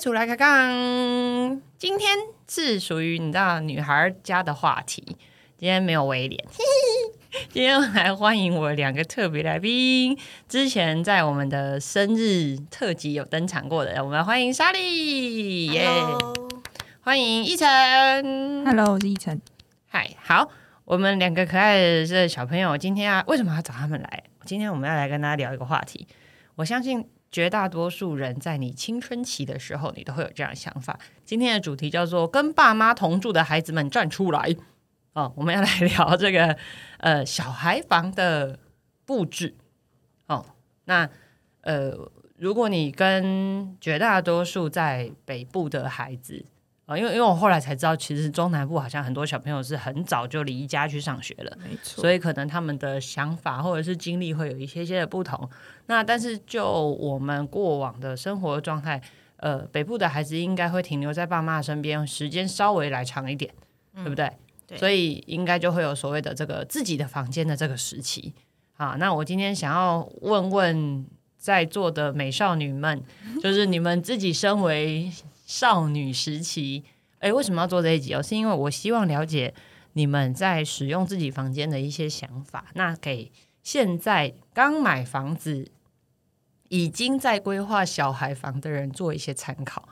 鼠来开杠。今天是属于你知道女孩家的话题，今天没有威廉。 今天来欢迎我两个特别来宾，之前在我们的生日特辑有登场过的，我们欢迎莎莉，耶、欢迎一晨， Hello，我是依晨。嗨，好，我们两个可爱的小朋友，今天啊，为什么要找他们来？今天我们要来跟大家聊一个话题。我相信绝大多数人在你青春期的时候，你都会有这样的想法。今天的主题叫做“跟爸妈同住的孩子们站出来”。哦，我们要来聊这个呃小孩房的布置。哦，那呃，如果你跟绝大多数在北部的孩子啊、因为因为我后来才知道，其实中南部好像很多小朋友是很早就离家去上学了，没错，所以可能他们的想法或者是经历会有一些些的不同。那但是就我们过往的生活状态，呃，北部的孩子应该会停留在爸妈身边，时间稍微来长一点，对不对？嗯对所以应该就会有所谓的这个自己的房间的这个时期。好，那我今天想要问问在座的美少女 们，就是你们自己身为少女时期，哎，为什么要做这一集哦？是因为我希望了解你们在使用自己房间的一些想法。那给现在刚买房子、已经在规划小孩房的人做一些参考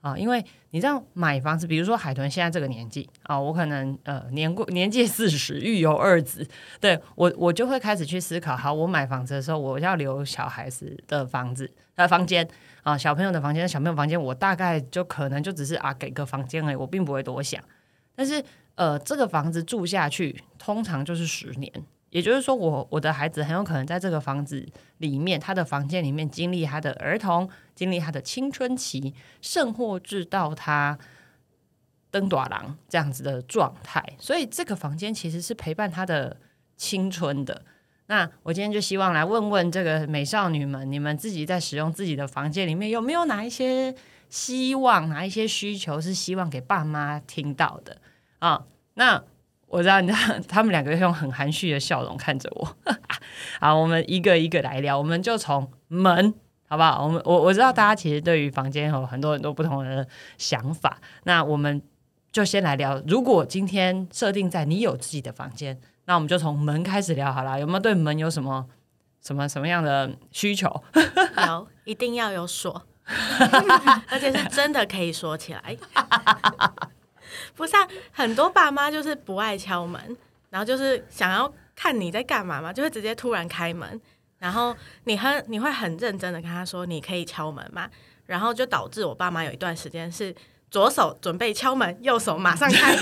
啊，因为你知道买房子，比如说海豚现在这个年纪啊，我可能呃年过 年届四十，育有二子，对我我就会开始去思考，好，我买房子的时候，我要留小孩子的房子呃房间啊，小朋友的房间，小朋友房间，我大概就可能就只是啊给个房间而已，我并不会多想，但是。呃，这个房子住下去通常就是十年，也就是说我，我的孩子很有可能在这个房子里面，他的房间里面经历他的儿童，经历他的青春期，甚或至到他登短郎这样子的状态。所以，这个房间其实是陪伴他的青春的。那我今天就希望来问问这个美少女们，你们自己在使用自己的房间里面，有没有哪一些希望，哪一些需求是希望给爸妈听到的啊、那我知道，你知道， 他们两个用很含蓄的笑容看着我。 好，我们一个一个来聊，我们就从门，好不好？我们我我知道大家其实对于房间有很多很多不同的想法，那我们就先来聊。如果今天设定在你有自己的房间，那我们就从门开始聊好了。有没有对门有什么什么什么样的需求？有，一定要有锁，而且是真的可以锁起来。不是、啊，很多爸妈就是不爱敲门，然后就是想要看你在干嘛嘛，就会直接突然开门，然后你很你会很认真的跟他说你可以敲门嘛，然后就导致我爸妈有一段时间是左手准备敲门，右手马上开，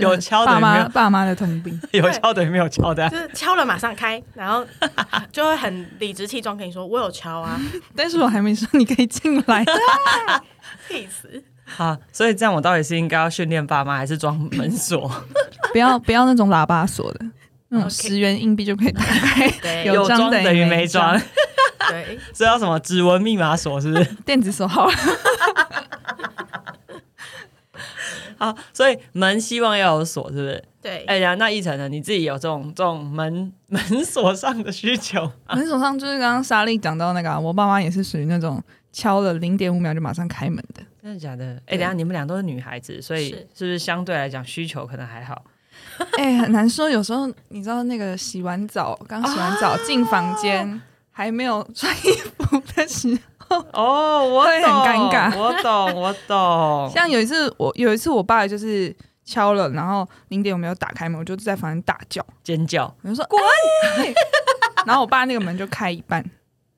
有敲的爸有没妈有？爸妈的通病，有敲的有没有敲的啊？就是敲了马上开，然后就会很理直气壮跟你说我有敲啊， 但是我还没说你可以进来。气死！好，所以这样我到底是应该要训练爸妈，还是装门锁？不要不要那种喇叭锁的，那种 OK 十元硬币就可以打开。对有装等于等于没没装，对，这叫什么指纹密码锁是不是？电子锁好了， 好，所以门希望要有锁，是不是？对，哎呀，那一层呢？你自己有这种这种门 门锁上的需求？门锁上就是刚刚莎莉讲到那个啊、我爸妈也是属于那种敲了零点五秒就马上开门的。真的假的？哎，等一下你们俩都是女孩子，所以是是不是相对来讲需求可能还好？哎、很难说，有时候你知道那个洗完澡，刚洗完澡进房间还没有穿衣服的时候。 哦，我会很懂尴尬我懂，我 懂。像有一次我有一次我爸就是敲了，然后零点我没有打开门，我就在房间大叫，尖叫，我就说滚、哎 然后我爸那个门就开一半，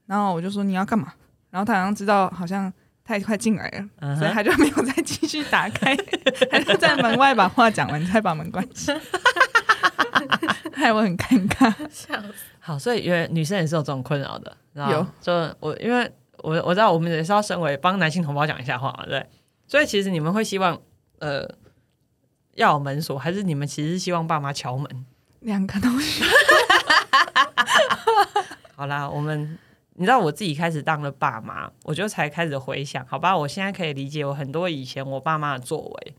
然后我就说你要干嘛？然后他好像知道好像太快进来了，嗯所以哼，他就没有再继续打 开，他就在门外把话讲完，再把门关起。害我很尴尬，笑死。好，所以原来女生也是有这种困扰的。然后有，就我因为我我知道我们也是要身为帮男性同胞讲一下话嘛，对。所以其实你们会希望呃要有门锁，还是你们其实是希望爸妈敲门？两个东西好啦，我们你知道我自己开始当了爸妈，我就才开始回想，好吧，我现在可以理解我很多以前我爸妈的作为，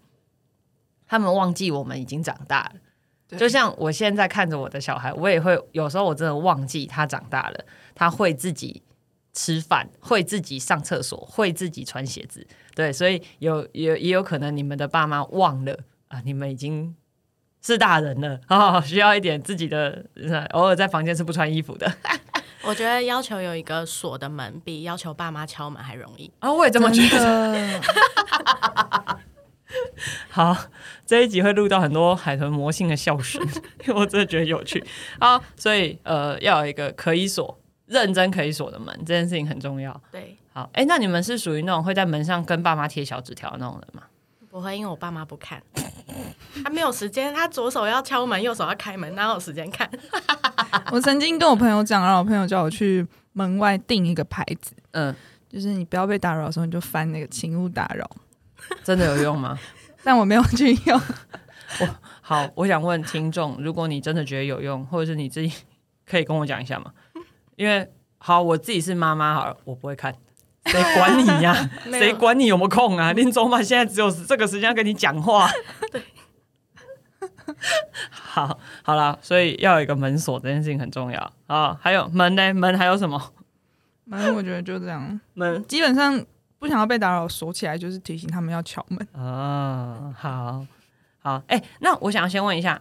他们忘记我们已经长大了。对就像我现在看着我的小孩，我也会有时候我真的忘记他长大了，他会自己吃饭，会自己上厕所，会自己穿鞋子。对，所以有有也有可能你们的爸妈忘了啊，你们已经是大人了 哦，需要一点自己的，呃偶尔在房间是不穿衣服的。我觉得要求有一个锁的门，比要求爸妈敲门还容易。啊，我也这么觉得。 得。好，这一集会录到很多海豚魔性的笑声， 因为我真的觉得有趣。好，所以呃，要有一个可以锁、认真可以锁的门，这件事情很重要。对，好，哎，那你们是属于那种会在门上跟爸妈贴小纸条的那种人吗？不会，因为我爸妈不看， 他没有时间，他左手要敲门，右手要开门，哪有时间看？我曾经跟我朋友讲，然后我朋友叫我去门外订一个牌子，嗯，就是你不要被打扰的时候，你就翻那个“请勿打扰真的有用吗？”， 但我没有去用。 好，我想问听众，如果你真的觉得有用，或者是你自己可以跟我讲一下吗？因为好，我自己是妈妈，好了，我不会看。谁管你呀、没有谁管你有没有空 啊？林总嘛，现在只有这个时间要跟你讲话。对， 好，好啦，所以要有一个门锁这件事情很重要啊。还有门呢？门还有什么？反正我觉得就这样，门基本上不想要被打扰，锁起来就是提醒他们要敲门。啊，好好，哎、那我想先问一下，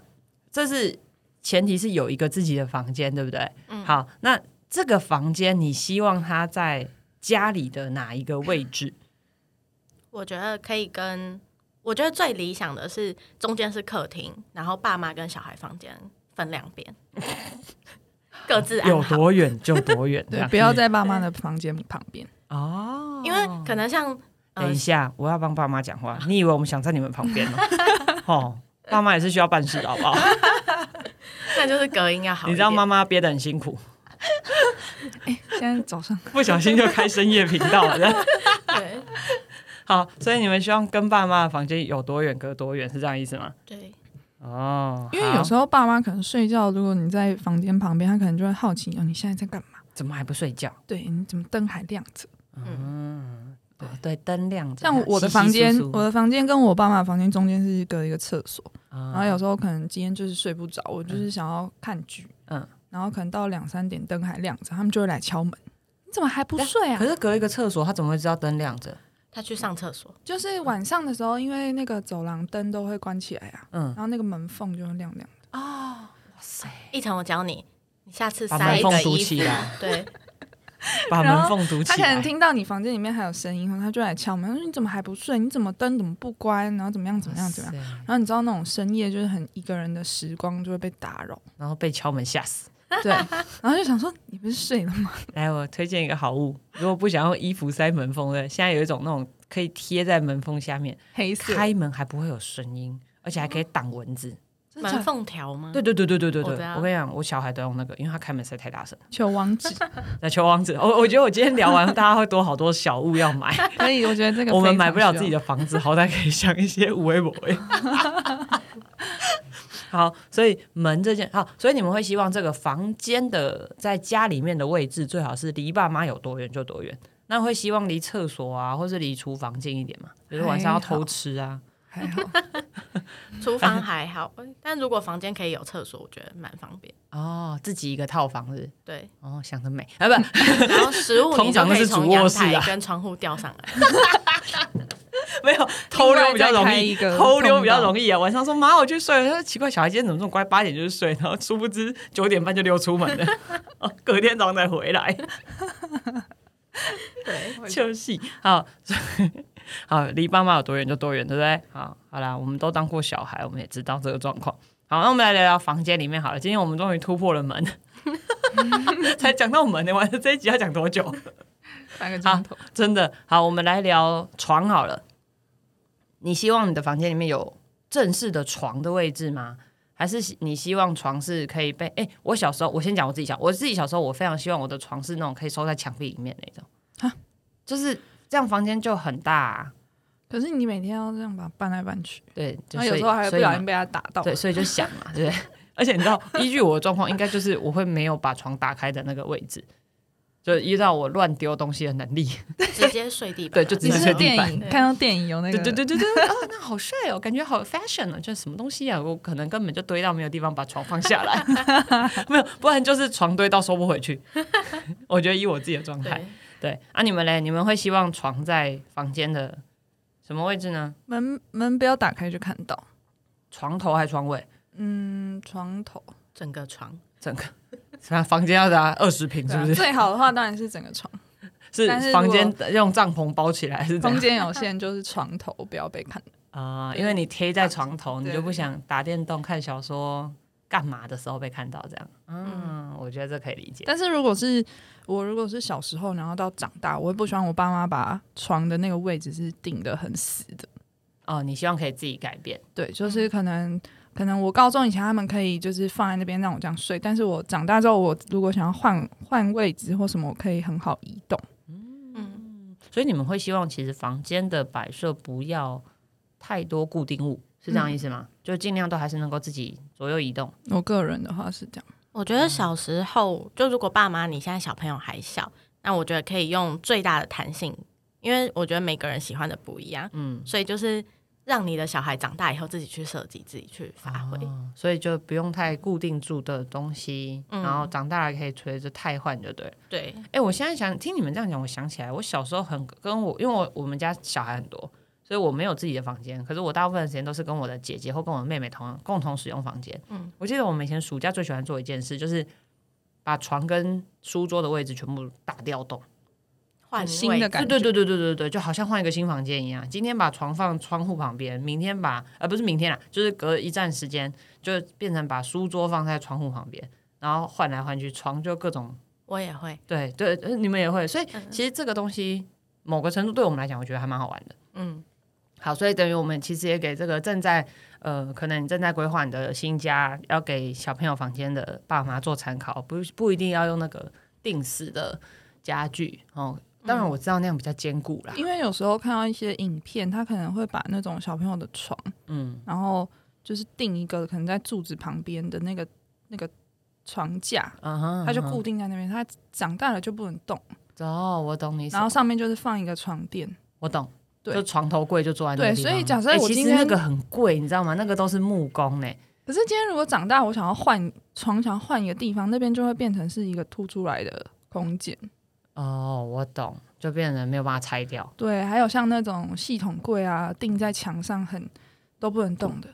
这是前提是有一个自己的房间，对不对？嗯好，那这个房间你希望它在家里的哪一个位置？我觉得可以跟，我觉得最理想的是中间是客厅，然后爸妈跟小孩房间分两 边，各自安有好。多远就多远，这对，样不要在爸妈的房间旁 边。哦，因为可能像等呃一，下，我要帮爸妈讲话。你以为我们想在你们旁边吗？哦，爸妈也是需要办事的，好不好？那就是隔音要好一点。你知道妈妈憋得很辛苦，哎现在早上不小心就开深夜频道了。对好，所以你们希望跟爸妈的房间有多远隔多远，是这样意思吗？对，哦，因为有时候候爸妈可能睡觉，如果你在房间旁边，他可能就会好奇哦，你现在在干嘛？怎么还不睡觉？对，你怎么灯还亮着？嗯嗯对哦对，灯亮着。像我的房间，稀稀疏疏我的房间跟我爸妈的房间中间是隔一个厕所，啊然后有时候可能今天就是睡不着，我就是想要看剧，嗯嗯，然后可能到两三点灯还亮着，他们就会来敲门，你怎么还不睡啊可？是隔一个厕所，他怎么会知道灯亮着？他去上厕所，就是晚上的时候，因为那个走廊灯都会关起来啊，嗯然后那个门缝就会亮亮。一晨，我教你，你下次把塞门一缝个堵衣起服，来，对，把然门后缝堵他起可能来。听到你房间里面还有声音，然后他就来敲门，他说你怎么还不睡？你怎么灯怎么不关？然后怎么样怎么样怎么样？样？然后你知道那种深夜就是很一个人的时光就会被 打扰，然后被敲门吓死。对，然后就想说你不是睡了吗？来，我推荐一个好物，如果不想用衣服塞门缝的，现在有一种那种可以贴在门缝下面，黑色开门还不会有声音，而且还可以挡蚊子。真的假门的缝条吗？对对对对对对对，我知道我跟你讲，我小孩都用那个，因为他开门实在太大声了。求网 址那球王子，我我觉得我今天聊完，大家会多好多小物要买。可以，我觉得这个我们非常买不了自需己要。的房子，好歹可以想一些无为不为。好，所以门这件好，所以你们会希望这个房间的在家里面的位置最好是离爸妈有多远就多远。那会希望离厕所啊，或是离厨房近一点嘛？比如晚上要偷吃啊，还好，哎 厨房还好，嗯但如果房间可以有厕所，我觉得蛮方便。哦，自己一个套房是 对，哦，想得美啊，不，然后食物通你就常都可以是从主卧阳室啊台跟窗户吊上来。 没有偷溜比较容另外再开易一，个偷溜比较容易啊。晚上说妈，我去睡了。他说奇怪，小孩今天怎么这么乖，八点就去睡，然后殊不知九点半就溜出门了， 哦隔天早上才回来。对，就是好，好，离爸妈有多远就多远，对不对？好，好啦，我们都当过小孩，我们也知道这个状况。好，那我们来聊聊房间里面好了。今天我们终于突破了门， 才讲到门呢、完了这一集要讲多久？半个钟头。真的好，我们来聊床好了。你希望你的房间里面有正式的床的位置吗？还是你希望床是可以被？哎、我小时候，我先讲我自己小，我自己小时候，我非常希望我的床是那种可以收在墙壁里面那种，就是这样，房间就很大、啊。可是你每天要这样把它搬来搬去，对，就然后有所以时候还会所不以小嘛心被他打到。对，所以就想嘛，对不 对？而且你知道，依据我的状况，应该就是我会没有把床打开的那个位置，就依照我乱丢东西的能力。直接睡地板。啊对就直你接是不睡是地板电影看到电影有那个，对对对对对， 哦，那好帅哦，感觉好 fashion 哦，这什么东西啊？我可能根本就堆到没有地方把床放下 来，没有，不然就是床堆到收不回去。我觉得以我自己的状态对，对啊，你们嘞？你们会希望床在房间的什么位置呢？门门不要打开就看到，床头还是床尾？ 嗯，床头整个床整个什么啊房间要达二十平，是不对是？啊最好的话当然是整个床，但 是是如果房间用帐篷包起来是怎空样间有限就是床头不要被看到。啊、因为你贴在床头，你对就不想打电动、看小说、干嘛的时候被看到这样。嗯，我觉得这可以理解。但是如果是我如果是小时候，然后到长大，我会不喜欢我爸妈把床的那个位置是定的很死的。哦，你希望可以自己改变对，嗯就是可能可能我高中以前他们可以就是放在那边让我这样睡，但是我长大之后，我如果想要换换位置或什么，我可以很好移动。嗯，所以你们会希望其实房间的摆设不要太多固定物，是这样意思吗？就尽量都还是能够自己左右移动。我个人的话是这样，我觉得小时候就如果爸妈你现在小朋友还小，那我觉得可以用最大的弹性，因为我觉得每个人喜欢的不一样，嗯，所以就是让你的小孩长大以后自己去设计，自己去发挥。哦所以就不用太固定住的东西，嗯然后长大了可以随着汰换就对了。对，哎、我现在想听你们这样讲，我想起来，我小时候很跟我，因为我我们家小孩很多，所以我没有自己的房间。可是我大部分的时间都是跟我的姐姐或跟我妹妹同共同使用房间。嗯我记得我们以前暑假最喜欢做一件事，就是把床跟书桌的位置全部打掉洞。换新位的感觉对对对对对对，就好像换一个新房间一样。今天把床放窗户旁边，明天把呃不是明天啦，就是隔一站时间就变成把书桌放在窗户旁边，然后换来换去，床就各种我也会，对对，呃你们也会，所以嗯其实这个东西某个程度对我们来讲，我觉得还蛮好玩的。嗯好，所以等于我们其实也给这个正在呃，可能你正在规划你的新家，要给小朋友房间的爸妈做参考，不不一定要用那个定死的家具哦。当然我知道那样比较坚固啦，嗯因为有时候看到一些影片，他可能会把那种小朋友的床，嗯，然后就是定一个可能在柱子旁边的那个那个床架，嗯哼，它就嗯哼固定在那边，它长大了就不能动，哦，我懂你意思，然后上面就是放一个床垫。我懂。对就床头柜就坐在那个对地方所以假设哎我其今实那天个很贵，你知道吗？那个都是木工呢、可是今天如果长大，我想要换床，想要换一个地方，那边就会变成是一个凸出来的空间。哦，我懂，就变成没有办法拆掉。对，还有像那种系统柜啊，钉在墙上很都不能动的。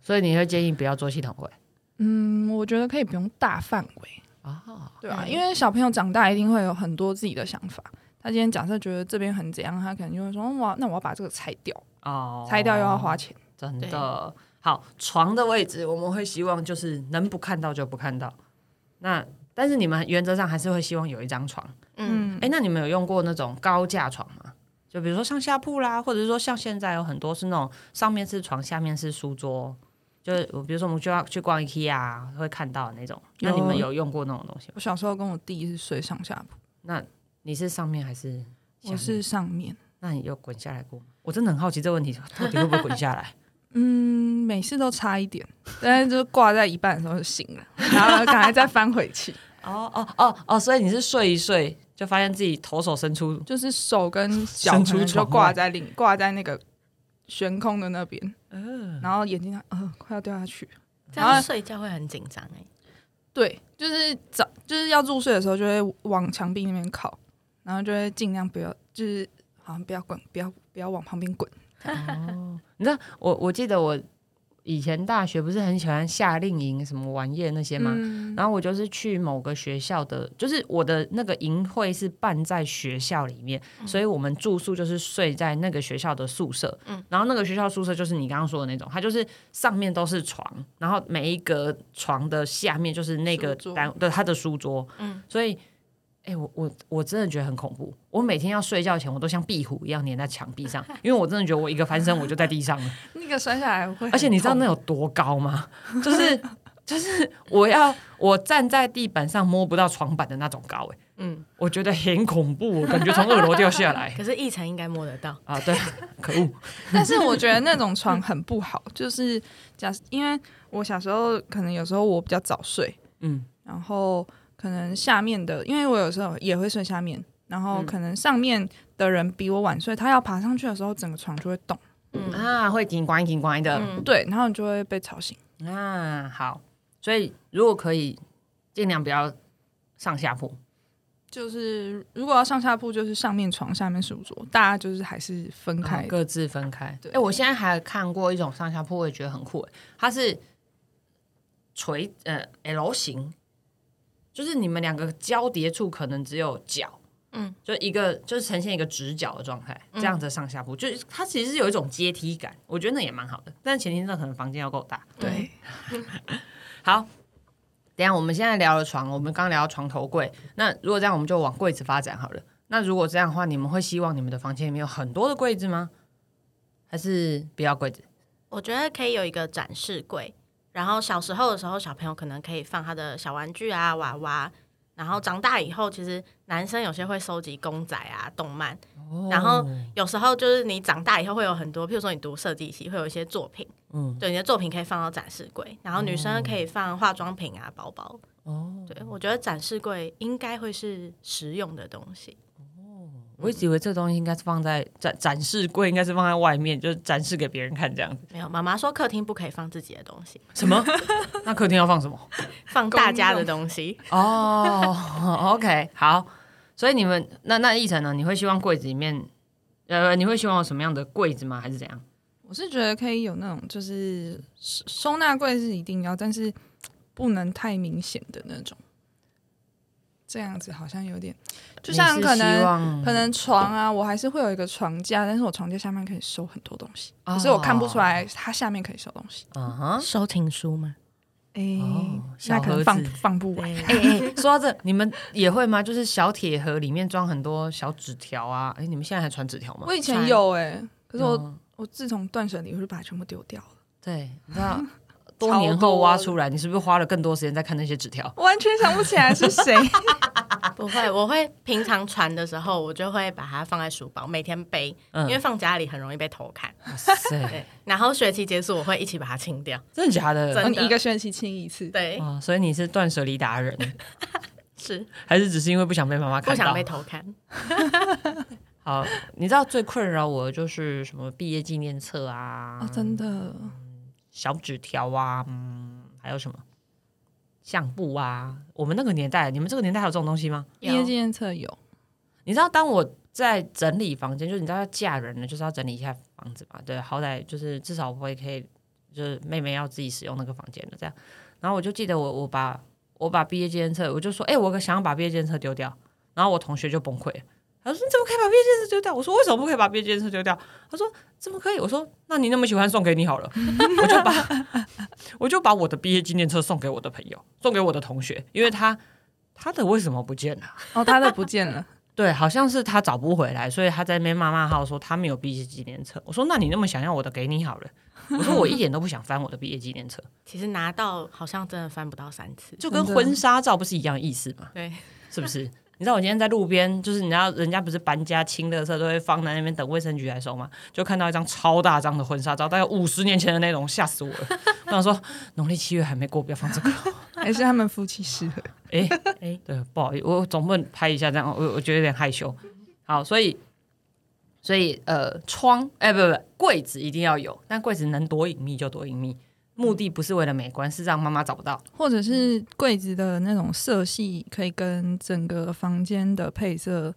所以你会建议不要做系统柜嗯，我觉得可以不用大范围，啊？对吧、嗯因为小朋友长大一定会有很多自己的想法。他今天假设觉得这边很怎样，他可能就会说：“嗯哇，那我要把这个拆掉，哦拆掉又要花钱。真的好。床的位置我们会希望就是能不看到就不看到。那但是你们原则上还是会希望有一张床。嗯，哎、那你们有用过那种高架床吗？就比如说上下铺啦，或者是说像现在有很多是那种上面是床，下面是书桌，就是我比如说我们就要去逛 IKEA 会看到的那种。那你们有有用过那种东西吗？我小时候跟我弟是睡上下铺，那你是上面还是下我面？是上面。那你有滚下来过吗？我真的很好奇这个问题到底会不会滚下来。嗯，每次都差一点，但是就是挂在一半的时候就醒了，然后赶快再翻回去， 哦哦哦哦，所以你是睡一睡就发现自己头手伸出，就是手跟脚伸可出能就床挂外在另挂在那个悬空的那边，嗯然后眼睛它呃快要掉下去，这然样后睡觉会很紧张哎。对，就是早就是要入睡的时候就会往墙壁那边靠，然后就会尽量不要就是好像不要滚，不要不要往旁边滚，你知道我我记得我以前大学不是很喜欢夏令营什么玩夜那些吗？嗯然后我就是去某个学校的，就是我的那个营会是办在学校里面，所以我们住宿就是睡在那个学校的宿舍。嗯，然后那个学校宿舍就是你刚刚说的那种，它就是上面都是床，然后每一个床的下面就是那个书桌单对它的书桌。嗯嗯，所以。哎、我我我真的觉得很恐怖。我每天要睡觉前，我都像壁虎一样粘在墙壁上，因为我真的觉得我一个翻身我就在地上了。那个摔下来会， 而且你知道那。有多高吗？就是就是我要我站在地板上摸不到床板的那种高、欸，嗯，我觉得很恐怖，我感觉从二楼掉下 来可是奕晨应该摸得到。啊！对，可恶，但是我觉得那种床很不好，就是假设因为我小时候可能有时候我比较早睡，嗯，然后可能下面的，因为我有时候也会睡下面，然后可能上面的人比我晚睡，他要爬上去的时候，整个床就会动，嗯啊，会挺乖挺乖的、嗯，对，然后你就会被吵醒。啊。好，所以如果可以，尽量不要上下铺，就是如果要上下铺，就是上面床，下面书桌，大家就是还是分好开的。各自分开。哎对、我现在还看过一种上下铺，我也觉得很酷、欸，它是垂呃 L 型，就是你们两个交叠处可能只有角，嗯，就一个就是呈现一个直角的状态，嗯这样子上下铺，就是它其实是有一种阶梯感，我觉得那也蛮好的，但前提是可能房间要够大。对，好，等一下我们现在聊了床，我们刚聊床头柜。那如果这样，我们就往柜子发展好了。那如果这样的话，你们会希望你们的房间里面有很多的柜子吗？还是不要柜子？我觉得可以有一个展示柜，然后小时候的时候，小朋友可能可以放他的小玩具啊、娃娃。然后长大以后，其实男生有些会收集公仔啊、动漫，然后有时候就是你长大以后会有很多，譬如说你读设计系会有一些作品，嗯，对，你的作品可以放到展示柜，然后女生可以放化妆品啊、包包。哦，对，我觉得展示柜应该会是实用的东西。我一直以为这东西应该是放在展展示柜，应该是放在外面，就是展示给别人看这样子。没有，妈妈说客厅不可以放自己的东西，什么？ 那客厅要放什么？放大家的东西。哦 ，OK，好。所以你们那那一层呢？你会希望柜子里面，呃，你会希望有什么样的柜子吗？还是怎样？我是觉得可以有那种就是收收纳柜是一定要，但是不能太明显的那种。这样子好像有点，就像你是可希能望可能床啊，我还是会有一个床架，但是我床架下面可以收很多东西，哦可是我看不出来它下面可以收东西。嗯 哼，收情书吗？诶，哦那小可能盒放子放不完。对，哎、哎， 说到这，你们也会吗？就是小铁盒里面装很多小纸条啊。哎、你们现在还传纸条吗我？以前穿有诶，可是我嗯我自从断舍离，我就把它全部丢掉了，对，你知 道多年后挖出来，你是不是花了更多时间在看那些纸条？我完全想不起来是 谁。啊不会，我会平常传的时候，我就会把它放在书包，每天背，嗯因为放家里很容易被偷看。哇塞， 对，然后学期结束，我会一起把它清掉。真的假的？真我的嗯一个学期清一次，对，哇，所以你是断舍离达人， 是还是只是因为不想被妈妈不看想到被？偷 看。好，你知道最困扰我的就是什么毕业纪念册啊，哦啊，真的，小纸条啊，嗯，还有什么相簿啊？我们那个年代，你们这个年代还有这种东西吗？毕业纪念册有，你知道，当我在整理房间，就是你知道要嫁人了，就是要整理一下房子嘛。对，好歹就是至少我也可以，就是妹妹要自己使用那个房间的这样。然后我就记得我我把我把毕业纪念册，我就说，哎、我想要把毕业纪念册丢掉。然后我同学就崩溃了，他说：“你怎么可以把毕业纪念册丢掉？”我说：“为什么不可以把毕业纪念册丢掉？”他说：“怎么可以？”我说：“那你那么喜欢，送给你好了。” 我就把我就把我的毕业纪念册送给我的朋友，送给我的同学，因为他他的为什么不见了？哦，他的不 见了，对，好像是他找不回来，所以他在那边骂骂号说他没有毕业纪念册。我说那你那么想要我的，给你好了。我说我一点都不想翻我的毕业纪念册，其实拿到好像真的翻不到三次。就跟婚纱照不是一样意思吗？对，是不是？你知道我今天在路边，就是你知道人家不是搬家清垃圾都会放在那边等卫生局来收吗？就看到一张超大张的婚纱照，大概五十年前的那种，吓死我了。我想说农历七月还没过，不要放这个。还是他们夫妻适合？哎、 哎，对，不好意思，我总不能拍一下这样，我我觉得有点害羞。好，所以所以呃，窗哎、不不不，柜子一定要有，但柜子能多隐秘就多隐秘，目的不是为了美观，是让妈妈找不到。或者是柜子的那种色系可以跟整个房间的配色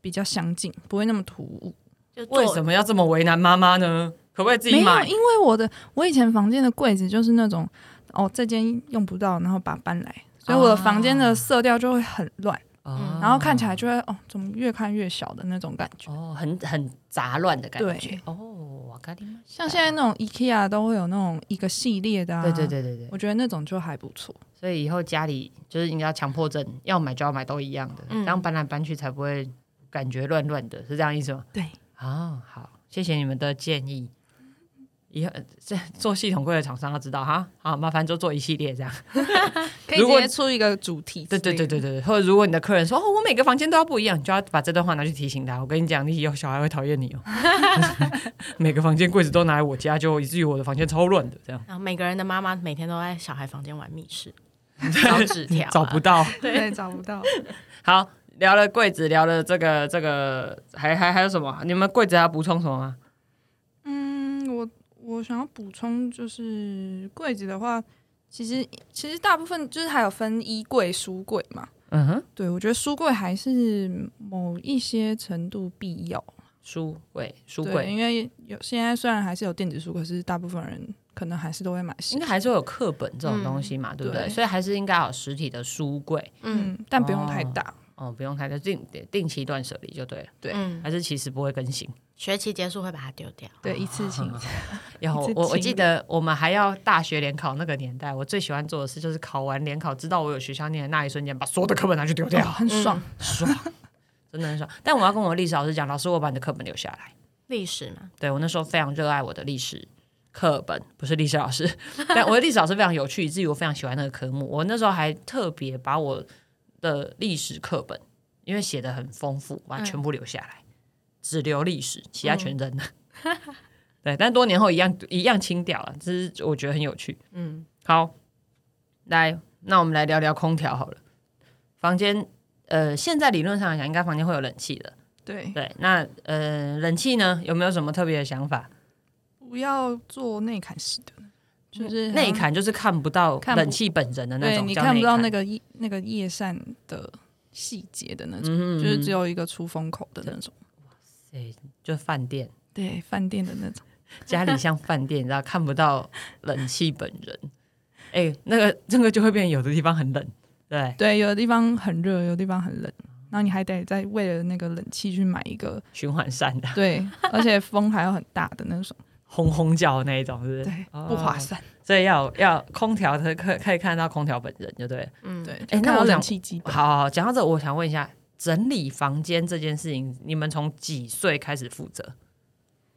比较相近，不会那么突兀。就做 为什么要这么为难妈妈呢？可不可以自己没有，买？因为我的我以前房间的柜子就是那种哦，这间用不到，然后把它搬来，所以我的房间的色调就会很乱，哦然后看起来就会哦，怎么越看越小的那种感觉。哦，很很杂乱的感觉对。哦，瓦卡里玛像现在那种 IKEA 都会有那种一个系列的、啊，对对，对对对，我觉得那种就还不错。所以以后家里就是应该要强迫症，要买就要买都一样的，嗯这样搬来搬去才不会感觉乱乱的，是这样意思吗？对，啊，好，谢谢你们的建议。以后呃这做系统柜的厂商要知道哈，好麻烦就做一系列这样。可以如直果接出一个主题之对类的。对对对对，或者如果你的客人说哦，我每个房间都要不一样，你就要把这段话拿去提醒他。我跟你讲，你以后小孩会讨厌 你哦。每个房间柜子都拿来我家，就以至于我的房间超乱的这样，然后每个人的妈妈每天都在小孩房间玩密 室，找纸条啊、找不到。对，对找不到。好，聊了柜子，聊了这个这个，还还还有什么？你们柜子还要补充什么吗？嗯，我我想要补充就是柜子的话，其实其实大部分就是还有分衣柜、书柜嘛。嗯哼，对我觉得书柜还是某一些程度必要，书柜书对，柜因为有现在虽然还是有电子书，可是大部分人可能还是都会买实应体该，还是会有课本这种东西嘛，对不对？嗯对所以还是应该要有实体的书柜嗯嗯，但不用太哦 大，哦，不用太就定定期断舍离就对了，对嗯，还是其实不会更新。学期结束会把它丢掉。对，一次性然后一次我我记清得我们还要大学联考那个年代，我最喜欢做的事就是考完联考，知道我有学校念的那一瞬间，把所有的课本拿去丢掉，很爽，爽，真的很爽。但我要跟我历史老师讲，老师，我把你的课本留下来。历史嘛，对我那时候非常热爱我的历史课本，不是历史老师， 但我的历史老师非常有趣，以至于我非常喜欢那个科目。我那时候还特别把我的历史课本，因为写的很丰富，把它全部留下来，只留历史，其他全扔了。 对，但多年后一样一样清掉了，这是我觉得很有趣。嗯，好，来，那我们来聊聊空调好了。房间，呃，现在理论上来讲，应该房间会有冷气的。对，对，那呃，冷气呢，有没有什么特别的想法？不要做内砍式的，就是嗯好像内，砍就是看不到啊看不冷气本人的那对种，你叫看内不到砍，那个叶那个叶扇的细节的那种，嗯就是只有有一个出风口的那种，就饭店，对，饭店的那种，家里像饭店，你知道看不到冷气本人，哎、那个这个就会变，有的地方很冷，对，对，有的地方很热，有的地方很冷。然后你还得再为了那个冷气去买一个，循环扇的， 对，而且风还要很大的那种，轰轰叫的那一种，是不是？对，哦不划算。所以要要空调，可可可以看到空调本人，就对了。嗯，对，哎就那看到我想冷气机好好好，讲到这，我想问一下，整理房间这件事情，你们从几岁开始负责？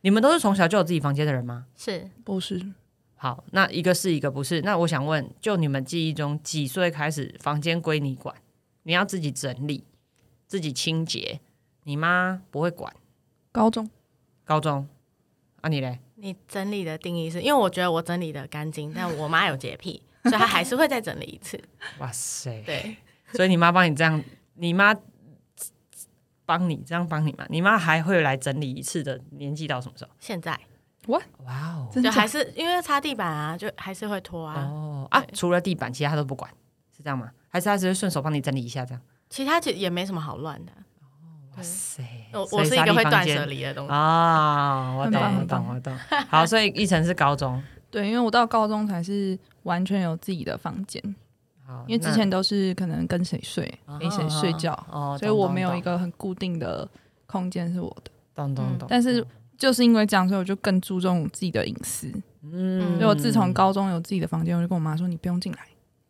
你们都是从小就有自己房间的人吗？是不是好，那一个是一个不是。那我想问，就你们记忆中，几岁开始房间归你管？你要自己整理，自己清洁，你妈不会管。高中，高中啊，你嘞？你整理的定义是，因为我觉得我整理的干净，但我妈有洁 癖，所以她还是会再整理一次。哇塞！对，所以你妈帮你这样，你妈帮你这样帮你嘛？你妈还会来整理一次的年纪到什么时候？现在哇哦！真就的还是因为擦地板啊，就还是会拖啊。哦啊，除了地板，其他都不管，是这样吗？还是他只是顺手帮你整理一下这样？其他其实也没什么好乱的。哇塞！我所以我是一个会沙断粒舍房间离的东西，啊，我很懂，棒我很懂，棒我懂。好，所以一层是高中，对，因为我到高中才是完全有自己的房间，好，因为之前都是可能跟谁睡那、陪谁睡觉，哦，所以懂我没有一，个很固定的空间是我的。懂懂懂嗯懂。但是就是因为这样，所以我就更注重我自己的隐私。嗯所以我自从高中有自己的房间，我就跟我妈说：“你不用进来，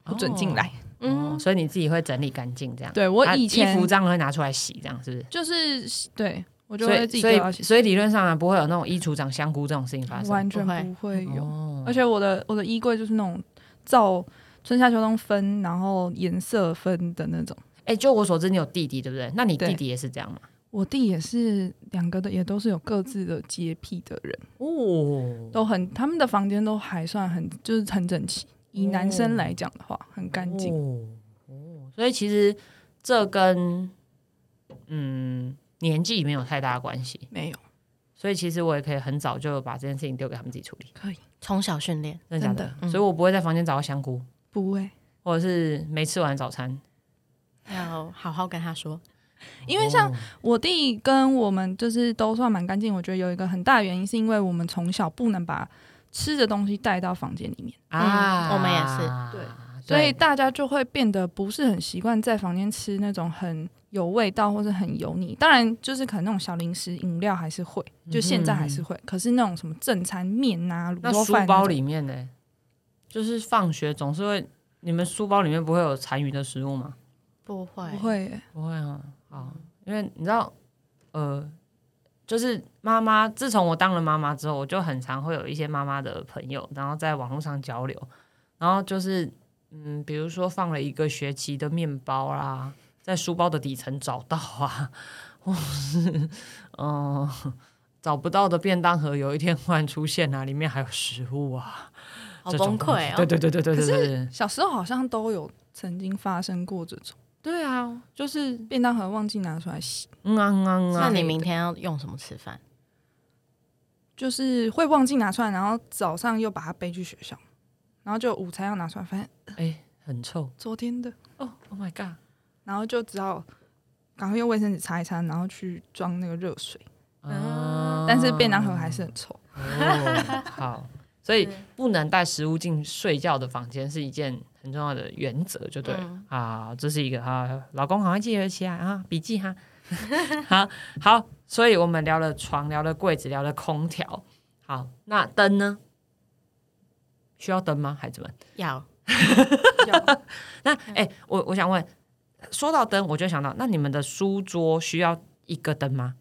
哦不准进来。哦，嗯，所以你自己会整理干净这样。对我啊以前衣服脏了会拿出来洗，这样是不是？就是对我就所会以自己所丢到以洗手所以理论上啊，不会有那种衣橱长香菇这种事情发间，生。完全不会不会有。哦而且我的我的衣柜就是那种照春夏秋冬分，然后颜色分的那种。哎、就我所知，你有弟弟对不对？那你弟对弟也是这样吗？我弟也是两个的，也都是有各自的洁癖的人，哦，都很他们的房间都还算很就是很整齐。以男生来讲的话，很干净。哦哦，所以其实这跟嗯年纪没有太大的关系，没有，所以其实我也可以很早就把这件事情丢给他们自己处理，可以从小训练，真的假的真？嗯所以我不会在房间找到香菇，不会，或者是没吃完早餐，要好好跟她说。因为像哦我弟跟我们就是都算蛮干净。我觉得有一个很大的原因，是因为我们从小不能把吃的东西带到房间里面，啊，嗯我们也是对对，所以大家就会变得不是很习惯在房间吃那种很有味道或者很油腻。当然，就是可能那种小零食、饮料还是会，就现在还是会。可是那种什么正餐、面啊、卤嗯那肉书饭包那种里面呢，就是放学总是会，你们书包里面不会有残余的食物吗？不会不会耶、不会啊，啊，因为你知道，嗯呃，就是妈妈，自从我当了妈妈之后，我就很常会有一些妈妈的朋友，然后在网络上交流，然后就是，嗯，比如说放了一个学期的面包啦，在书包的底层找到啊，或是嗯、找不到的便当盒，有一天忽然出现啊，里面还有食物啊，好这种崩东西溃哦。对对对对对对对对，小时候好像都有曾经发生过这种，对啊，就是便当盒忘记拿出来洗，嗯啊嗯啊嗯那啊，你明天要用什么吃饭？就是会忘记拿出来，然后早上又把它背去学校，然后就午餐要拿出来，发现哎，很臭。昨天的。，Oh 哦、o h my god！然后就只好赶快用卫生纸擦一擦，然后去装那个热水。啊但是便当盒还是很 臭，哦好，所以是不能带食物进睡觉的房间是一件很重要的原则，就对了、嗯啊。这是一个啊，老公好像记得起来啊，笔记哈。好好，所以我们聊了床，聊了柜子，聊了空调。好，那灯呢？需要灯吗，孩子们？要要那哎、我我想问，说到灯，我就想到，那你们的书桌需要一个灯吗？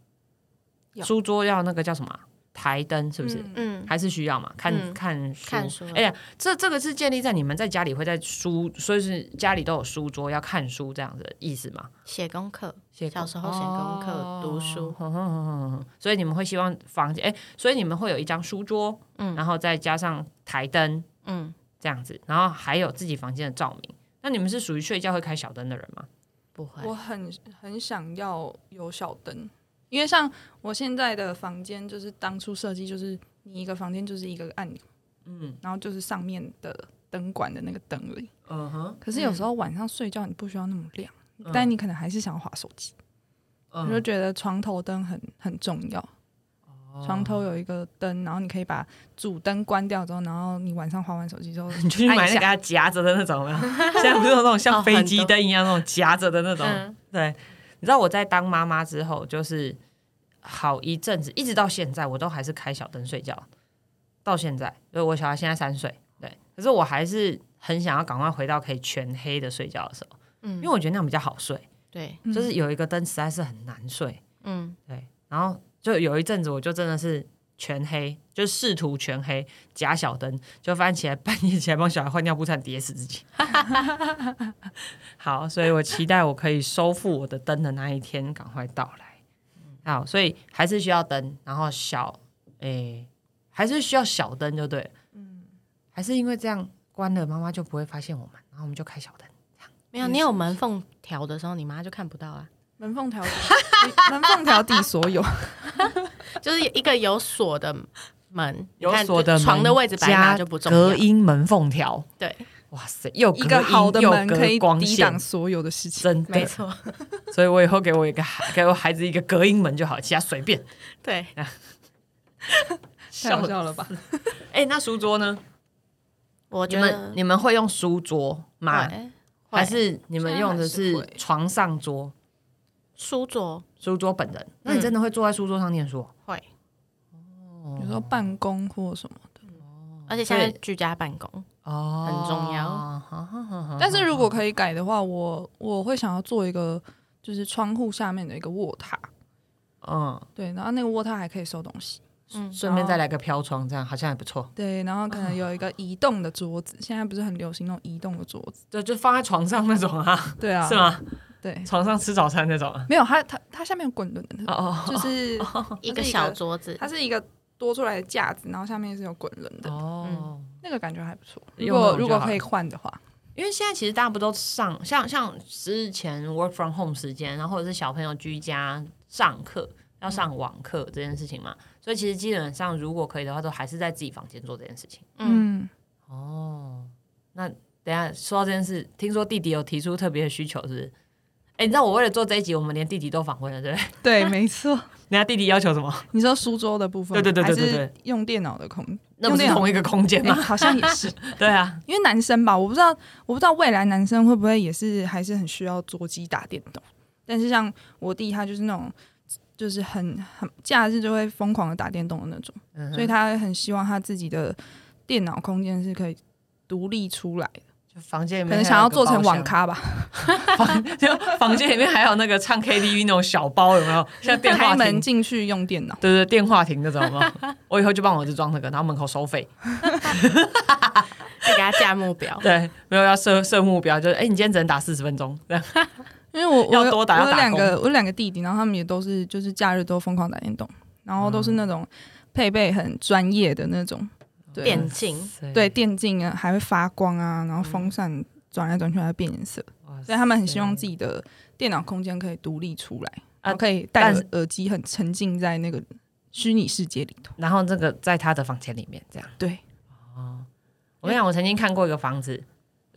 要书桌要那个叫什么啊台灯，是不是？嗯嗯，还是需要嘛？看、嗯看书，看书哎呀，这这个是建立在你们在家里会在书，所以是家里都有书桌要看书这样子的意思嘛？写功课，写哦小时候写功课、读书，哼哼哼哼哼所以你们会希望房间，哎，所以你们会有一张书桌，嗯然后再加上台灯嗯，这样子，然后还有自己房间的照明。那你们是属于睡觉会开小灯的人吗？不会，我很很想要有小灯，因为像我现在的房间，就是当初设计就是你一个房间就是一个按钮，嗯然后就是上面的灯管的那个灯而已。嗯哼，可是有时候晚上睡觉你不需要那么亮，嗯但你可能还是想要划手机，我就嗯觉得床头灯很很重要。哦床头有一个灯，然后你可以把主灯关掉之后，然后你晚上划完手 机之后，你就去买那个它夹着的那种，有没有现在不是有那种像 哦飞很机多灯一样那种夹着的那种，嗯对，你知道我在当妈妈之后，就是好一阵子，一直到现在，我都还是开小灯睡觉。到现在，因为我小孩现在三岁，对，可是我还是很想要赶快回到可以全黑的睡觉的时候，嗯，因为我觉得那样比较好睡，对，嗯就是有一个灯实在是很难睡，嗯对。然后就有一阵子，我就真的是全黑，就试图全黑假小灯，就发现起来半夜起来帮小孩换尿布，差点跌死自己。 好，所以我期待我可以收复我的灯的那一天赶快到来。好，所以还是需要灯，然后小，诶、还是需要小灯就对了。还是因为这样关了，妈妈就不会发现我们，然后我们就开小灯。没有，你有门缝调的时候，你妈就看不到啊， 门缝条底 门缝条底所有，就是一个有锁的门，有你看锁的门床的位置摆哪加就不重要隔，音门缝条，对，哇塞，又隔一个好的音又门隔可以光抵线挡所有的事情。真没的，错， 所以我以后给我一个孩给我孩子一个隔音门就好，其他随便。对，太好笑了吧？哎、那书桌呢？我你觉们得你们会用书桌吗？会会还是你们用的现在是还是会床上桌？书桌书桌本嗯人？那你真的会坐在书桌上念书哦？会，有时候办公或什么，而且现在居家办公，哦很重要要但是如果可以改的话，我我会想要做一个就是窗户下面的一个卧榻，嗯，对，然后那个卧榻还可以收东西，嗯，顺便再来个飘窗，这样好像也不错。对，然后可啊能有一个移动的桌子，现在不是很流行那种移动的桌子，对，就放在床上那种啊，对啊，是？吗？对，床上吃早餐那种啊。没有，它它它下面有滚轮的，哦哦 就是一嗯个小桌子，它是一个多出来的架子，然后下面是有滚轮的，嗯哦，那个感觉还不错。如用那种就好了果如果可以换的话，因为现在其实大家不都上像像之前 work from home 时间，然后或者是小朋友居家上课要上网课这件事情嘛，所以其实基本上如果可以的话，都还是在自己房间做这件事情。嗯，嗯，哦，那等一下说到这件事，听说弟弟有提出特别的需求，是不是？哎，你知道我为了做这一集，我们连弟弟都访问了，对 不对？对，没错。人家弟弟要求什么？你说书桌的部分吗，对对对对对还是用电脑的空间，那不是用电脑同一个空间 哎吗？好像也是。 对啊， 因为男生吧，我不知道，我不知道未来男生会不会也是还是很需要桌机打电动。但是像我弟，他就是那种，就是很很假日就会疯狂的打电动的那种，所以他很希望他自己的电脑空间是可以独立出来的，就房间里面可能想要做成网咖吧，还有一个包厢， 就房间里面还有那个唱 KTV 那种小包，有没有？像电话开亭门进去用电脑，对对，电话亭那种吗？ 我以后就帮我儿子装那个，然后门口收费。，再给他架目标对，没有要设设目标，就是哎，你今天只能打四十分钟。这样因为我我要有多打我要有打两个我有两个弟弟，然后他们也都是就是假日都疯狂打电动，然后都哦是那种配备很专业的那种，对，电竞，对，电竞啊，还会发光啊，嗯然后风扇转来转去还会变颜色，哇塞所以他们很希望自己的电脑空间可以独立出来，啊然后可以戴但着是耳机，很沉浸在那个虚拟世界里头。然后这个在他的房间里面这样。哦对，我跟你讲，我曾经看过一个房子，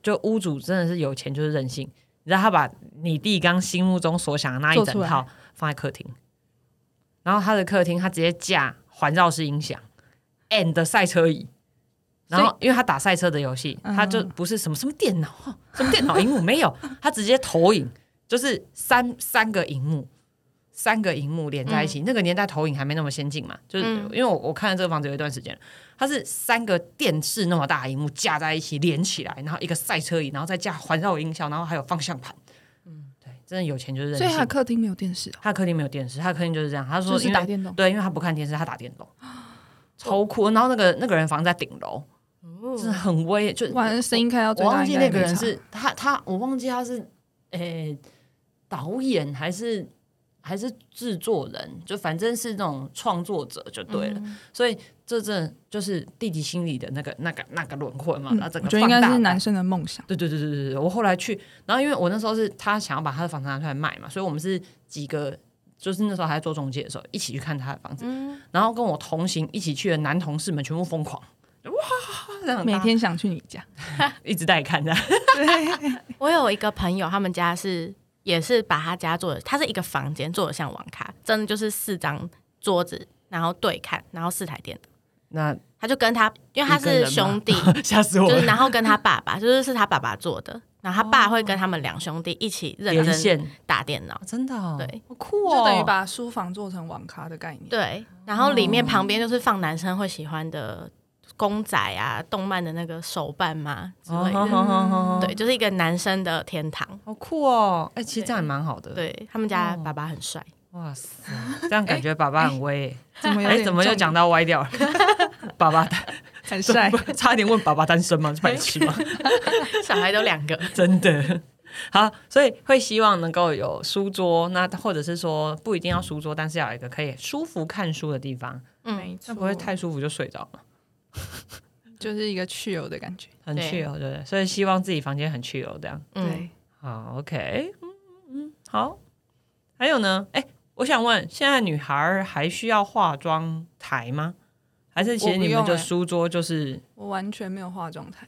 就屋主真的是有钱就是任性。你知道他把你弟刚心目中所想的那一整做出套来放在客厅，然后他的客厅他直接架环绕式音响，and 赛车椅。然后，因为他打赛车的游戏，嗯他就不是什么什么电脑，哦什么电脑荧幕没有，他直接投影，就是三三个荧幕，三个荧幕连在嗯一起。那个年代投影还没那么先进嘛，就是嗯因为我我看了这个房子有一段时间了，它是三个电视那么大的荧幕架在一起连起来，然后一个赛车椅，然后再架环绕音效，然后还有方向盘。嗯，对，真的有钱就是任所以他的性。客厅没有电视哦，他客厅没有电视，他客厅就是这样。他说就因是为打电动。哦对，因为他不看电视，他打电动，超酷。然后那个那个人房在顶楼， 哦真的很威，就完声音开到最我大，忘记应那该也个没人差是他，他我忘记他是诶、导演还是还是制作人，就反正是那种创作者就对了。嗯所以这这就是弟弟心里的那个那个那个轮回嘛，嗯啊那整我个觉得放应该大是版男生的梦想。对对对对对对，我后来去，然后因为我那时候是他想要把他的房子拿出来卖嘛，所以我们是几个，就是那时候还在做中介的时候，一起去看他的房子，嗯然后跟我同行一起去的男同事们全部疯狂，哇，这样每大家天想去你家，一直带看的，我有一个朋友，他们家是也是把他家做的，他是一个房间做的像网咖，真的就是四张桌子，然后对看，然后四台电脑。那他就跟他，因为他一个人是吗兄弟，吓死我就了是。然后跟他爸爸，就是是他爸爸做的，然后他爸会跟他们两兄弟一起认哦连真线打电脑啊，真的、哦，对，好酷哦，就等于把书房做成网咖的概念。对，然后里哦面旁边就是放男生会喜欢的公仔啊、动漫的那个手办嘛之类的，哦，对，就是一个男生的天堂。好酷哦，哎、其实对这样也蛮好的，，对他们家哦爸爸很帅，哇塞，这样感觉爸爸很威、怎么有哎、点怎么又重讲到歪掉了？爸爸很帅？ 差点问爸爸单身吗？是白痴吗？哦小孩都 两个，真的。好，所以会希望能够有书桌，那或者是说不一定要书桌，但是要有一个可以舒服看书的地方，嗯，那不会太舒服就睡着了，就是一个去游的感觉。很对 chill，对不对？所以希望自己房间很 chill 这样。嗯，对，好，OK，嗯嗯，好。还有呢？哎，我想问，现在女孩儿还需要化妆台吗？还是其我实不你们用就哎书桌就是我完全没有化妆台，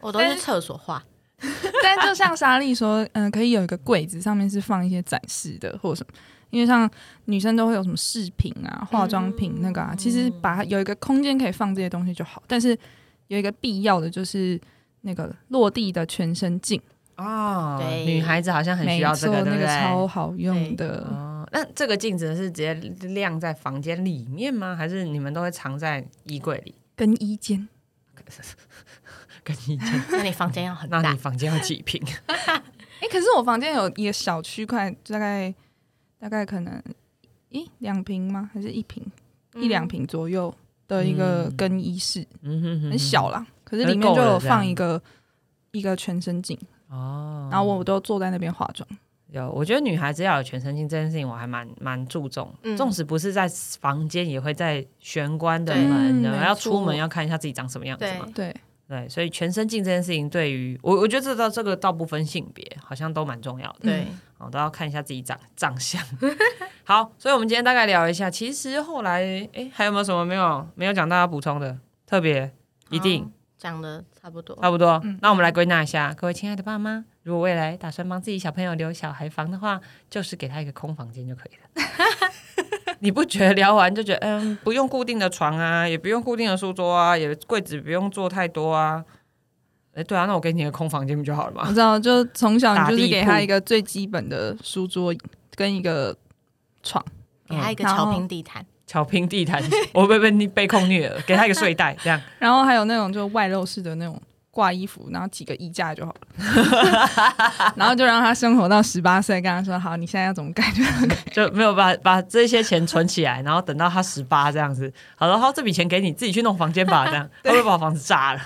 我都是厕所画， 但就像莎莉说，嗯、可以有一个柜子，上面是放一些展示的或者什么。因为像女生都会有什么饰品啊、化妆品那个啊，其实嗯把它有一个空间可以放这些东西就好。但是有一个必要的就是那个落地的全身镜，啊对女孩子好像很需没要这错，个，对那不个对？超好用的。哦，那这个镜子是直接晾在房间里面吗？还是你们都会藏在衣柜里？更衣间跟你讲，那你房间要很那大你，房间有几平？ 哎、可是我房间有一个小区块，大概大概可能一两平吗？还是一平、一嗯两平左右的一个更衣室，嗯哼哼很小啦。可是那里面够就了有这样放一个一个全身镜，哦。然后我都坐在那边化妆。有，我觉得女孩子要有全身镜这件事情，我还蛮蛮注重。嗯纵使不是在房间，也会在玄关的对门，嗯然后没要出错门要看一下自己长什么样子对嘛。对，对，所以全身镜这件事情，对于我，我觉得这到这个倒不分性别，好像都蛮重要的。对，嗯哦，都要看一下自己长长相。 好，所以我们今天大概聊一下，其实后来诶，还有没有什么没有没有讲大家补充的？特别一定好讲的差不多，差不多。嗯那我们来归纳一下，各位亲爱的爸妈，如果未来打算帮自己小朋友留小孩房的话，就是给他一个空房间就可 以了。你不觉得聊完就觉得，嗯，不用固定的床啊，也不用固定的书桌啊，也柜子不用做太多啊。哎，对啊，那我给你一个空房间不就好了 我吗？知道，就从小打你就是地给他铺一个最基本的书桌跟一个床，给他一嗯个然后巧平地毯，巧拼地毯，我会被你被控虐了，给他一个睡 袋，这样然后还有那种就外露式的那种挂衣服，然后几个衣架就好了， 然后就让他生活到十八岁，跟他说好，你现在要怎么改就 怎么改。就没有把把这些钱存起来，然后等到他十八这样子，好了，好这笔钱给你自己去弄房间吧， 这样会不会把房子炸了？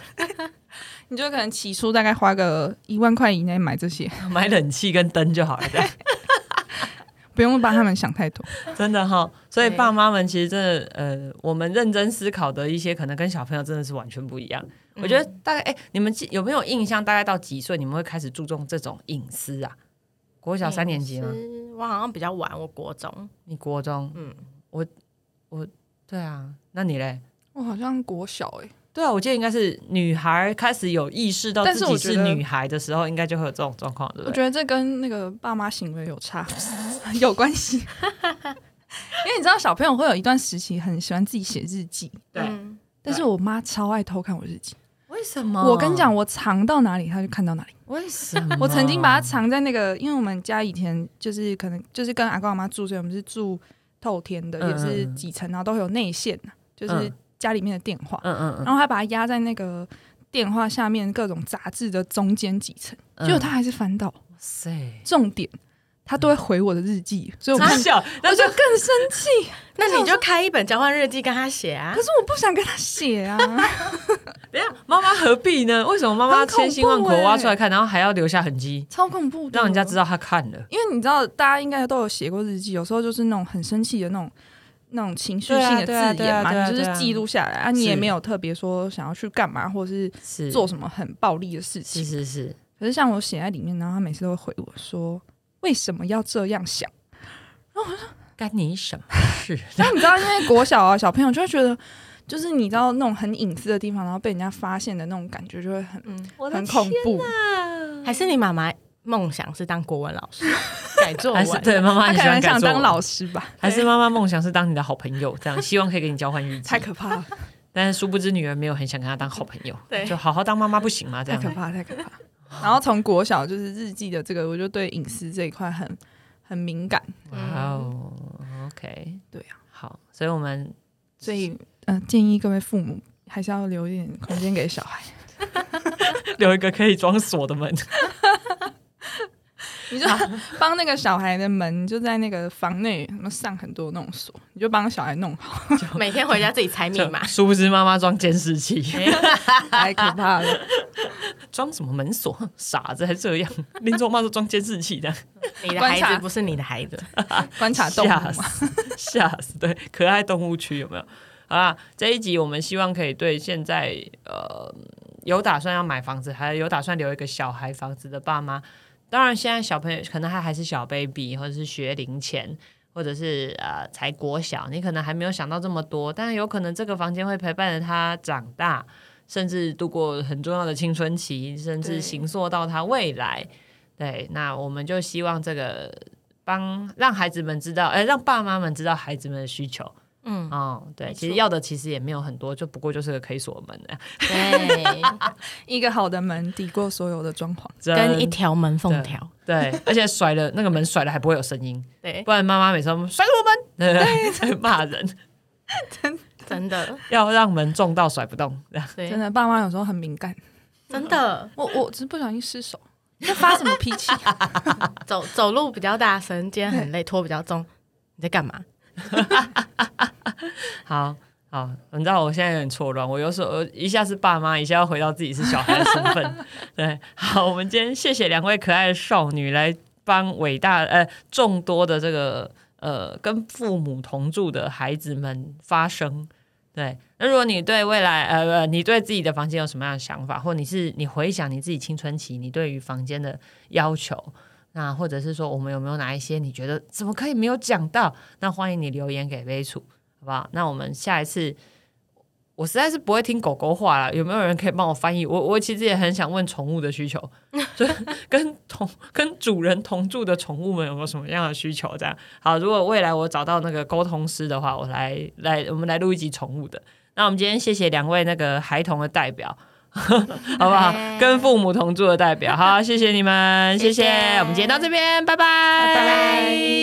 你就可能起初大概花个一万块以内买这些， 买冷气跟灯就好了，这样不用把他们想太多。真的哈。所以对爸妈们其实真的，呃，我们认真思考的一些，可能跟小朋友真的是完全不一样。我觉得嗯大概，哎、你们记有没有印象？大概到几岁你们会开始注重这种隐私啊？国小三年级吗？是我好像比较晚，我国中，你国中？嗯，对啊，那你嘞？我好像国小哎、对啊，我记得应该是女孩开始有意识到但自是己我觉是得女孩的时候，应该就会有这种状况，对不我对？觉得这跟那个爸妈行为有差 有关 系，因为你知道小朋友会有一段时期很喜欢自己写日记，对，嗯，但是我妈超爱偷看我日记。为什么我跟你讲，，我藏到哪里，她就看到哪里。为什么？ 我曾经把它藏在那个，因为我们家以前就是可能就是跟阿公阿妈住，所以我们是住透天的，嗯也是几层，然后都有内线啊，就是嗯家里面的电话，嗯，嗯嗯然后还把它压在那个电话下面各种杂志的中间几层，嗯，结果他还是翻到，哇塞，重点他都会回我的日记，所以我傻看。笑，我那就就更生气，那你就开一本交换日记跟他写啊可。是我不想跟他 写啊，等一下妈妈何必呢？为什么妈妈很恐怖千辛万苦欸嗯挖出来看，然后还要留下痕迹，超恐怖的，让人家知道她看了？因为你知道，大家应该都有写过日记，有时候就是那种很生气的那种、那种情绪性的对啊对啊字眼嘛，对啊你就对啊是记录下来啊，你是也没有特别说想要去干嘛，或是是做什么很暴力的事是情。是是，可是像我写在里面，然后他每次都会回我说：“为什么要这样想干你什么事？？”那你知道，因为国小啊，小朋友就会觉得，就是你知道那种很隐私的地方，然后被人家发现的那种感觉，就会很嗯， 很恐怖。嗯还是你妈妈梦想是当国文 老师，改作还是文？对妈妈很他可喜欢能改想作当文老师吧，还是妈妈梦想是当你的好朋友，这样希望可以跟你交换日记 太。可怕了，但是殊不知女儿没有很想跟她当好朋友，对就好好当妈妈不行吗？这太样可怕，太可怕。 然后从国小就是日记的这个，我就对隐私这一块很很敏感，嗯哇哦，OK，对啊，好，所以我们所以嗯、呃建议各位父母还是要留一点空间给小孩。 留一个可以装锁的门。你就帮那个小孩的门，就在那个房内什么上很多那种锁，你就帮小孩弄 好，每天回家自己猜密码 就， 殊不知妈妈装监视器，太可怕了。装什么门锁？ 傻子还这样，林总妈说装监视器的，你的孩观子察不是你的孩子。观察动物吓嘛，死， 吓死！对，可爱动物区有没有？好啦，这一集我们希望可以对现在呃有打算要买房子，还有打算留一个小孩房子的爸妈，当然现在小朋友可能他还是小 baby，或者是学龄前，或者是呃才国小，你可能还没有想到这么多，但有可能这个房间会陪伴着他长大，甚至度过很重要的青春期，甚至对行塑到他未来。对，那我们就希望这个帮让孩子们知道，哎、让爸妈们知道孩子们的需求。嗯，哦，对，没错其实要的其实也没有很多，就不过就是个可以锁门啊的，对，一个好的门抵过所有的装潢。真 跟一条门缝条。对，而且甩了那个门甩了还不会有声 音，对，不然妈妈每次都甩我门， 对，在骂人，真的，要让门撞到甩不动。对真，的，爸妈有时候很敏感，真的，我我只是不小心失 手，你在发什么脾气？走走路比较大声，今天很累，拖比较重。你在干嘛？ 好好，你知道我现在有点错乱，我有时候一下是爸妈，一下又回到自己是小孩的身份。对，好，我们今天谢谢两位可爱的少女来帮伟大呃众多的这个呃跟父母同住的孩子们发声。对，那如果你对未来呃呃你对自己的房间有什么样的想法，或你是你回想你自己青春期你对于房间的要求。那或者是说，我们有没有哪一些你觉得怎么可以没有讲到？那欢迎你留言给微楚。好不好？那我们下一次，我实在是不会听狗狗话了，有没有人可以帮我翻译？我我其实也很想问宠物的需求， 就是跟同跟主人同住的宠物们有没有什么样的需求？这样好，如果未来我找到那个沟通师的话，我来来我们来录一集宠物的。那我们今天谢谢两位那个孩童的代表。 好不好？跟父母同住的代表，好，谢谢你们，谢谢谢谢。我们今天到这边，拜拜拜拜。